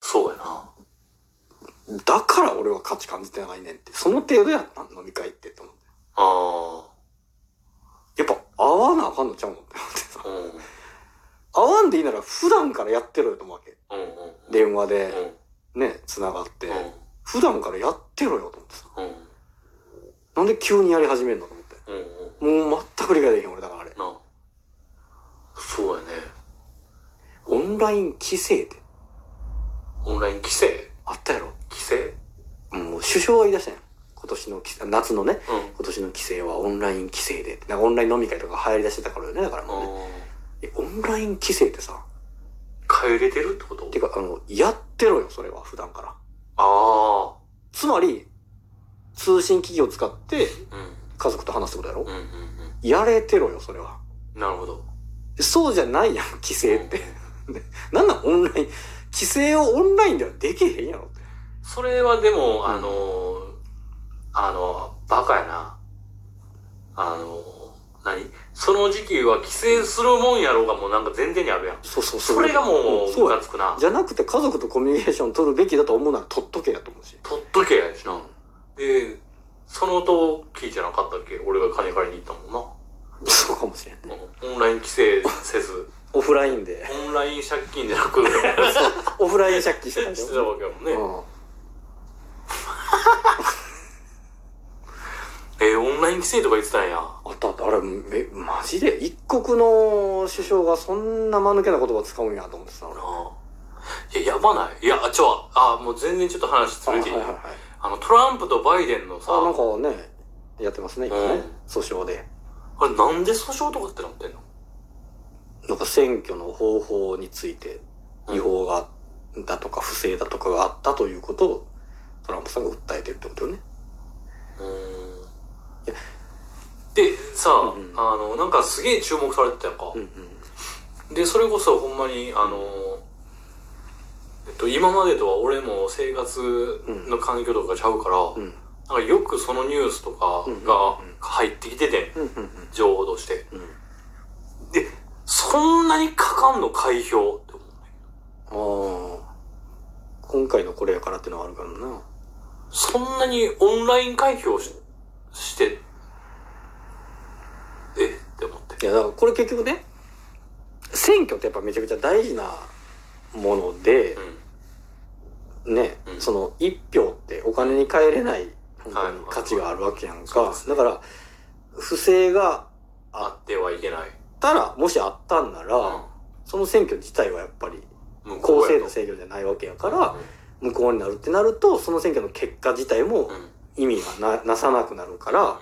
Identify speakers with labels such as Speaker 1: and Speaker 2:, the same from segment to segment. Speaker 1: そうやな。
Speaker 2: だから俺は価値感じてないねんって。その程度やったん飲み会ってと思って。
Speaker 1: あ
Speaker 2: やっぱ合わなあかんのちゃうのって思ってさ
Speaker 1: あ。。うん。うん
Speaker 2: 合わんでいいなら普段からやってろよと思うわけ。
Speaker 1: うんうん。
Speaker 2: 電話
Speaker 1: う
Speaker 2: で
Speaker 1: ん。う
Speaker 2: ね、繋がって。
Speaker 1: ん。
Speaker 2: 普段からやってろよと思ってさ。
Speaker 1: うん。
Speaker 2: なんで急にやり始めるのと思って。
Speaker 1: うんうん。
Speaker 2: もう全く理解できへん俺だからあれ。
Speaker 1: なそうやね。
Speaker 2: オンライン規制って
Speaker 1: オンライン規制
Speaker 2: あったやろ
Speaker 1: 規制
Speaker 2: もう首相が言い出したやん。今年の規制、夏のね、
Speaker 1: うん。
Speaker 2: 今年の規制はオンライン規制でって。なんかオンライン飲み会とか流行り出してたからよね、だからもうね。
Speaker 1: あ
Speaker 2: えオンライン規制ってさ、
Speaker 1: あ。変えれてるってこと
Speaker 2: てか、あの、やってろよ、それは、普段から。
Speaker 1: あ
Speaker 2: つまり、通信機器を使って
Speaker 1: あ。うん。
Speaker 2: 家族と話すことやろ
Speaker 1: うんうんう
Speaker 2: やれてろよ、それは。
Speaker 1: ん。なるほど。
Speaker 2: そうじゃないやん、規制って。なんなんオンライン、規制をオンラインではできへんやろって。
Speaker 1: それはでも、
Speaker 2: うん
Speaker 1: あのー、あの、バカやな。あのー、何その時期は帰省するもんやろうがもうなんか前提にあるやん。
Speaker 2: そうそうそう。
Speaker 1: それがも
Speaker 2: ん
Speaker 1: う、
Speaker 2: そ
Speaker 1: ム
Speaker 2: う
Speaker 1: カ
Speaker 2: や。
Speaker 1: つくな。
Speaker 2: じゃなくて家族とコミュニケーション取るべきだと思うなら取っとけやと思うし。
Speaker 1: 取っとけやし
Speaker 2: う
Speaker 1: な。
Speaker 2: ん
Speaker 1: で、その音聞いじゃなかったっけ俺が金借りに行ったも
Speaker 2: そうかもしれんね。
Speaker 1: んな。うんオンライン規制せず、
Speaker 2: オフラインで。
Speaker 1: オンライン借金じゃな く、
Speaker 2: オフライン借金してたんだ
Speaker 1: し
Speaker 2: よ
Speaker 1: てたわけやもんね。
Speaker 2: うん。
Speaker 1: えーオンライン規制とか言ってたんや。
Speaker 2: あったあった。あれ、め、マジで一国の首相がそんな間抜けな言葉使うんやと思ってさ、俺。
Speaker 1: ああいや、やばないいや、ちょ、あ、もう全然ちょっと話ずれていい、
Speaker 2: はいはいはい。
Speaker 1: あの、トランプとバイデンのさ、
Speaker 2: あ、なんかね、やってますね、今
Speaker 1: う
Speaker 2: ね
Speaker 1: ん。
Speaker 2: 訴訟で。
Speaker 1: あれなんで訴訟とかってなってんの
Speaker 2: なんか選挙の方法について、違法が、だとか不正だとかがあったということを、トランプさんが訴えてるってことよね。
Speaker 1: う
Speaker 2: い
Speaker 1: ーん
Speaker 2: や。
Speaker 1: で、さ、
Speaker 2: んうん
Speaker 1: あの、なんかすげえ注目されてたやんか。
Speaker 2: うんうん。
Speaker 1: で、それこそほんまに、あの、えっと、今までとは俺も生活の環境とかちゃうから、
Speaker 2: うん。
Speaker 1: なんかよくそのニュースとかが入ってきてて、
Speaker 2: うんうん
Speaker 1: 情報として。
Speaker 2: うん。うん。
Speaker 1: で、そんなにかかんの開票って思うね。
Speaker 2: ああ。今回のこれやからってのはあるからな。
Speaker 1: そんなにオンライン開票しして、えって思って。
Speaker 2: いや、だからこれ結局ね、選挙ってやっぱめちゃくちゃ大事なもので
Speaker 1: う、ん。
Speaker 2: ね、
Speaker 1: うん
Speaker 2: その一票ってお金に換えれない、本当に
Speaker 1: はい
Speaker 2: 価値があるわけやん
Speaker 1: そう
Speaker 2: か
Speaker 1: で。す
Speaker 2: だから、不正が
Speaker 1: あってはいけない。
Speaker 2: あったら、もしあったんなら、
Speaker 1: う
Speaker 2: その選挙自体はやっぱり
Speaker 1: ん。向
Speaker 2: 公
Speaker 1: こう
Speaker 2: 正
Speaker 1: や
Speaker 2: な
Speaker 1: と
Speaker 2: 選挙じゃないわけやから、無効になるってなると、その選挙の結果自体も
Speaker 1: うん。うん。
Speaker 2: 意味がななさなくなるから、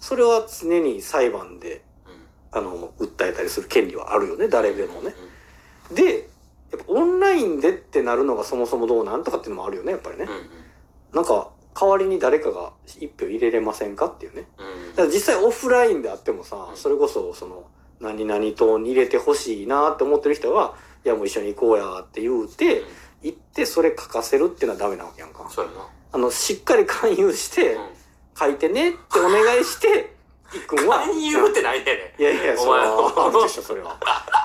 Speaker 2: それは常に裁判で、あの、訴えたりする権利はあるよね、誰でもね。で、やっぱオンラインでってなるのがそもそもどうなんとかっていうのもあるよね、やっぱりね
Speaker 1: うん。。うん。
Speaker 2: なんか、代わりに誰かが一票入れれませんかっていうね。
Speaker 1: うん。
Speaker 2: だから実際オフラインであってもさ
Speaker 1: う、ん
Speaker 2: それこそ、その、何々党に入れてほしいなって思ってる人が、いやもう一緒に行こうやって言うて、行ってそれ書かせるっていうのはダメなわけやんか。
Speaker 1: そうやな。
Speaker 2: あの、しっかり勧誘して、書いてねってお願いして、いっくんは。
Speaker 1: 何言うってないやね
Speaker 2: いやいや、
Speaker 1: お
Speaker 2: それ
Speaker 1: 前
Speaker 2: は、あるでしょ、それは。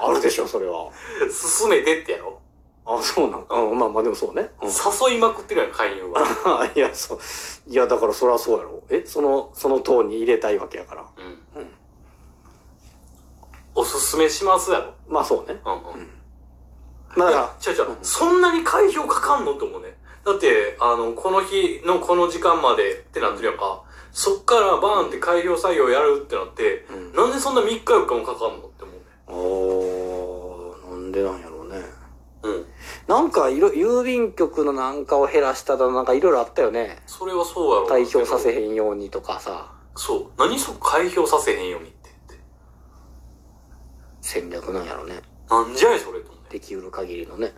Speaker 2: あるでしょ、それは。
Speaker 1: ん。進めてってやろ。
Speaker 2: あ、そうなんか。うんまあまあでもそうね。うん
Speaker 1: 誘いまくってるやん、勧誘は。
Speaker 2: あ いや、そう。いや、だからそりゃそうやろ。え、その、その党に入れたいわけやから。
Speaker 1: うん。
Speaker 2: うん。
Speaker 1: おすすめしますやろ。
Speaker 2: まあそうね。
Speaker 1: うんうん。
Speaker 2: まあだ
Speaker 1: い
Speaker 2: か
Speaker 1: や違う違う、そんなに開票かかんのと思うね。だって、あの、この日のこの時間までってなってるやんか。そっからバーンって開票作業やるってなって、
Speaker 2: ら、うん。
Speaker 1: なんでそんな3日4日もかかんのって思うね。
Speaker 2: おー、なんでなんやろうね。
Speaker 1: うん。
Speaker 2: なんか、いろ、郵便局のなんかを減らしただのなんかいろいろあったよね。
Speaker 1: それはそうやろ。
Speaker 2: 退票させへ。んようにとかさ、
Speaker 1: そう。何そこ開票させへんよみって言って。
Speaker 2: 戦略なんやろね。
Speaker 1: なんじゃいそれと思うね。
Speaker 2: できうる限りのね。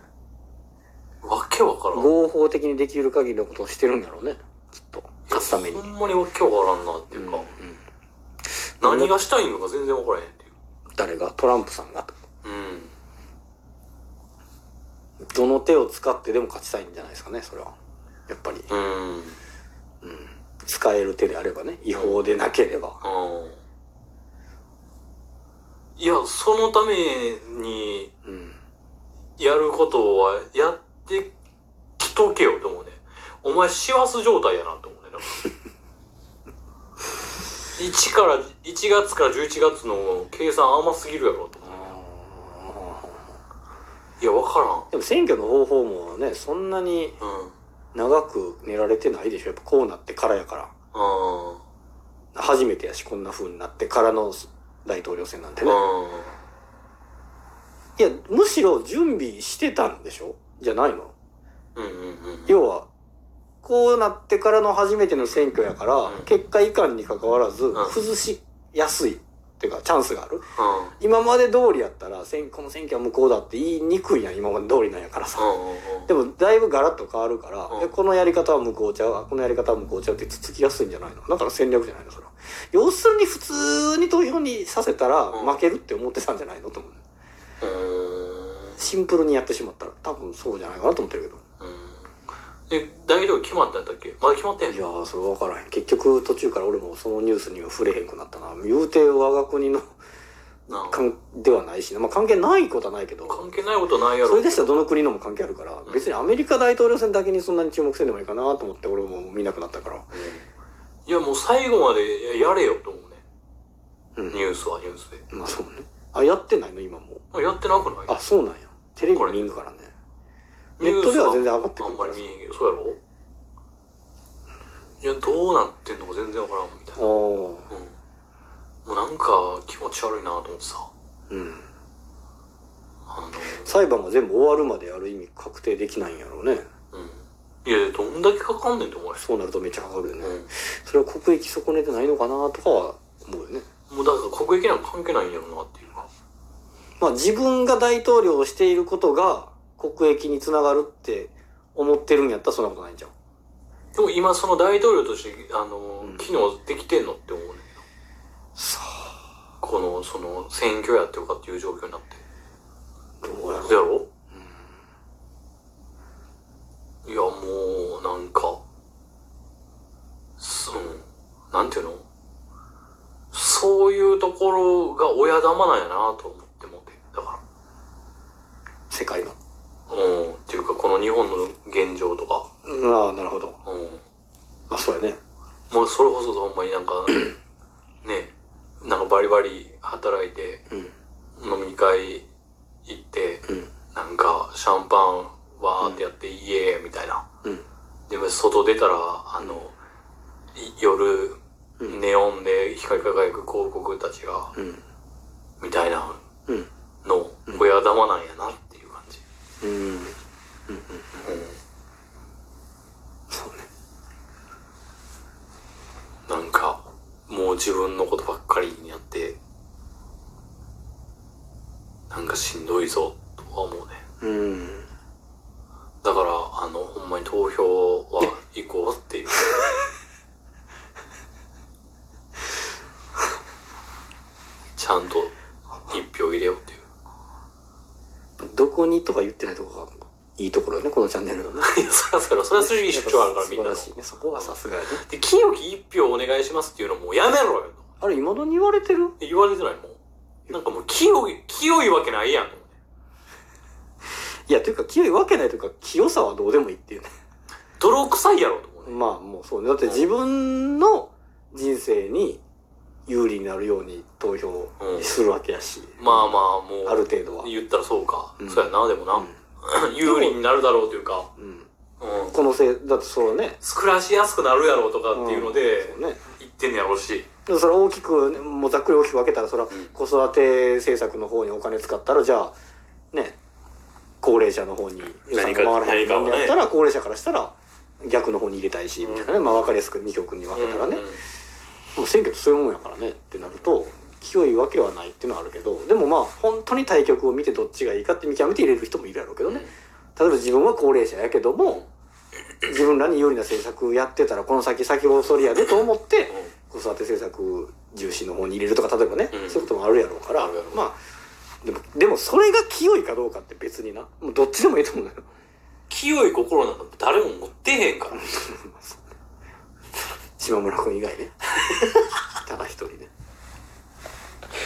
Speaker 1: わけわからん。
Speaker 2: 合法的にできうる限りのことをしてるんやろうね。きっと。勝つために。
Speaker 1: ほんまにわけわからんなっていうか、
Speaker 2: うん
Speaker 1: 何がしたいのか全然わからへんっていう。
Speaker 2: 誰がトランプさんが
Speaker 1: うん。
Speaker 2: どの手を使ってでも勝ちたいんじゃないですかね、それは。やっぱり。
Speaker 1: うん。
Speaker 2: うん。使える手であればね、違法でなければ。
Speaker 1: うん。いや、そのために、
Speaker 2: うん。
Speaker 1: やることはやってとけよと思うね。お前、師走状態やなと思うね。だから1から、1月から11月の計算甘すぎるやろと思うね。いや、わか
Speaker 2: でも選挙の方法もね、そんなに
Speaker 1: らん。うん。
Speaker 2: 長く寝られてないでしょ。やっぱこうなってからやから。
Speaker 1: あ
Speaker 2: 初めてやし、こんな風になってからの大統領選なんてね。
Speaker 1: あ。
Speaker 2: いや、むしろ準備してたんでしょじゃないの
Speaker 1: うん。うんうんうん。
Speaker 2: 要は、こうなってからの初めての選挙やから、
Speaker 1: うん
Speaker 2: 結果いかんに関わらず
Speaker 1: ん、
Speaker 2: 崩しやすい。っていうか、チャンスがある。
Speaker 1: うん。うん
Speaker 2: 今まで通りやったら、選この選挙は無効だって言いにくいやん、今まで通りなんやからさ。
Speaker 1: うんうん。
Speaker 2: でもだいぶガラッと変わるから、
Speaker 1: うん
Speaker 2: いやこのやり方は向こうちゃうあこのやり方は向こうちゃうってつつきやすいんじゃないのだから戦略じゃないのそれは要するに普通に投票にさせたら
Speaker 1: うん
Speaker 2: 負けるって思ってたんじゃないのと思う
Speaker 1: うーん。
Speaker 2: シンプルにやってしまったら多分そうじゃないかなと思ってるけど
Speaker 1: うんで、大統領決まったんだっけまだ決まってん
Speaker 2: い
Speaker 1: の
Speaker 2: やーそれ分からへん結局途中から俺もそのニュースには触れへんくなったな言うて我が国の
Speaker 1: なあ
Speaker 2: 関ではないしな、まあ、関係ないことはないけど
Speaker 1: 関係ないことないやろ。
Speaker 2: それでしたらどの国のも関係あるから
Speaker 1: うん
Speaker 2: 別にアメリカ大統領選だけにそんなに注目せんでもいいかなと思って俺も見なくなったから
Speaker 1: いや、もう最後までやれよと思うね。
Speaker 2: うん
Speaker 1: ニュースはニュースで。
Speaker 2: まあそうね。あ、やってないの今も。
Speaker 1: あやってなくない
Speaker 2: あ、そうなんや。テレビ見んからね。
Speaker 1: ニ
Speaker 2: ネ
Speaker 1: ュ
Speaker 2: ッ
Speaker 1: ー
Speaker 2: ト
Speaker 1: ス
Speaker 2: では全然上がってく
Speaker 1: あ
Speaker 2: る
Speaker 1: んまり見えへんけど、そうやろいや、どうなってんのか全然わからんみたい
Speaker 2: ああ。
Speaker 1: な。
Speaker 2: う
Speaker 1: うん。もうなんか気持ち悪いなと思ってさ。
Speaker 2: ん。
Speaker 1: あ
Speaker 2: 裁判が全部終わるまでやる意味確定できないんやろうね。
Speaker 1: の、うん。いや、どんだけかかんねんって思われ
Speaker 2: そうなるとめっちゃかかるよね
Speaker 1: う。ん。
Speaker 2: それは国益損ねてないのかなとかは思うよね。
Speaker 1: もうだから国益なんか関係ないんやろなっていうか。
Speaker 2: まあ自分が大統領をしていることが国益につながるって思ってるんやったらそんなことないんじゃん。
Speaker 1: でも今その大統領として、あの、
Speaker 2: うん
Speaker 1: 機能できてんのって思うねんけど。
Speaker 2: さ
Speaker 1: この、その、選挙やってるかっていう状況になって。
Speaker 2: あ、どうや
Speaker 1: そや
Speaker 2: ろう。
Speaker 1: ろいや、もう、なんか、その、なんていうのそういうところが親玉なんやなと思ってもって。だか
Speaker 2: 世界の。
Speaker 1: ら。うん。っていうか、この日本の現状とか。
Speaker 2: ああ、なるほど。
Speaker 1: うん。
Speaker 2: まあそうやね。
Speaker 1: もうそれこそほんまになん か、ね、なんかバリバリ働いて、
Speaker 2: うん。
Speaker 1: 飲み会行って、
Speaker 2: うん。
Speaker 1: なんかシャンパンわーってやって、イエーイみたいな。
Speaker 2: うん。
Speaker 1: でも外出たら、あの、い夜、
Speaker 2: うん
Speaker 1: ネオンで光り輝く広告たちが、
Speaker 2: うん。
Speaker 1: みたいな
Speaker 2: うん。
Speaker 1: の、親玉なんやなっていう感じ。
Speaker 2: うん。うん。うん。そうね。
Speaker 1: なんか、もう自分のことばっかりになって、なんかしんどいぞ、とは思うね。
Speaker 2: うん。
Speaker 1: だから、あの、ほんまに投票は行こうっていう。ちゃんと一票入れようっていう。
Speaker 2: どこにとか言ってないとこがいいところよね、このチャンネルのね。
Speaker 1: いや、そらそら、それは主義主張あるからみんな
Speaker 2: 素晴ら
Speaker 1: の。
Speaker 2: しいね、そこはさすがやね。
Speaker 1: で、清き一票お願いしますっていうのもうやめろよ。
Speaker 2: あれ、未だに言われてる
Speaker 1: 言われてないもん。なんかもう清い、清いわけないやん。
Speaker 2: いや、というか、清いわけないというか、清さはどうでもいいっていうね。
Speaker 1: 泥臭いやろと思うね。
Speaker 2: まあ、もうそうね。だって自分の人生に有利になるように投票するわけやし。
Speaker 1: まあまあ、もう。
Speaker 2: ある程度は。
Speaker 1: 言ったらそうか。
Speaker 2: うん
Speaker 1: そうやな、でもな。 有利になるだろうというか、
Speaker 2: うん。うん
Speaker 1: うん。
Speaker 2: このせい、だってそうね。
Speaker 1: 暮らしやすくなるやろうとかっていうので
Speaker 2: そう、ね。
Speaker 1: 言ってんねやろうし。
Speaker 2: でもそれは大きくね、もうざっくり大きく分けたら、それは
Speaker 1: ん
Speaker 2: 子育て政策の方にお金使ったら、じゃあ、ね、高齢者の方に予算が回
Speaker 1: 何か
Speaker 2: らないんだったら、高齢者からしたら、逆の方に入れたいし、みたいなね。まあ分かりやすく2極に分けたらね
Speaker 1: うん。
Speaker 2: もう選挙ってそういうもんやからねってなると、清いわけはないっていうのはあるけど、でもまあ、本当に対局を見てどっちがいいかって見極めて入れる人もいるやろうけどね。例えば自分は高齢者やけども、自分らに有利な政策やってたら、この先先細りやでと思って、子育て政策重視の方に入れるとか例えばね、
Speaker 1: うん
Speaker 2: そういうこともあるやろうから
Speaker 1: あるやろ
Speaker 2: まあでもでもそれが清いかどうかって別になもうどっちでもいいと思うのよ
Speaker 1: 清い心なんか誰も持ってへんから。
Speaker 2: 島村君以外ねただ一人ね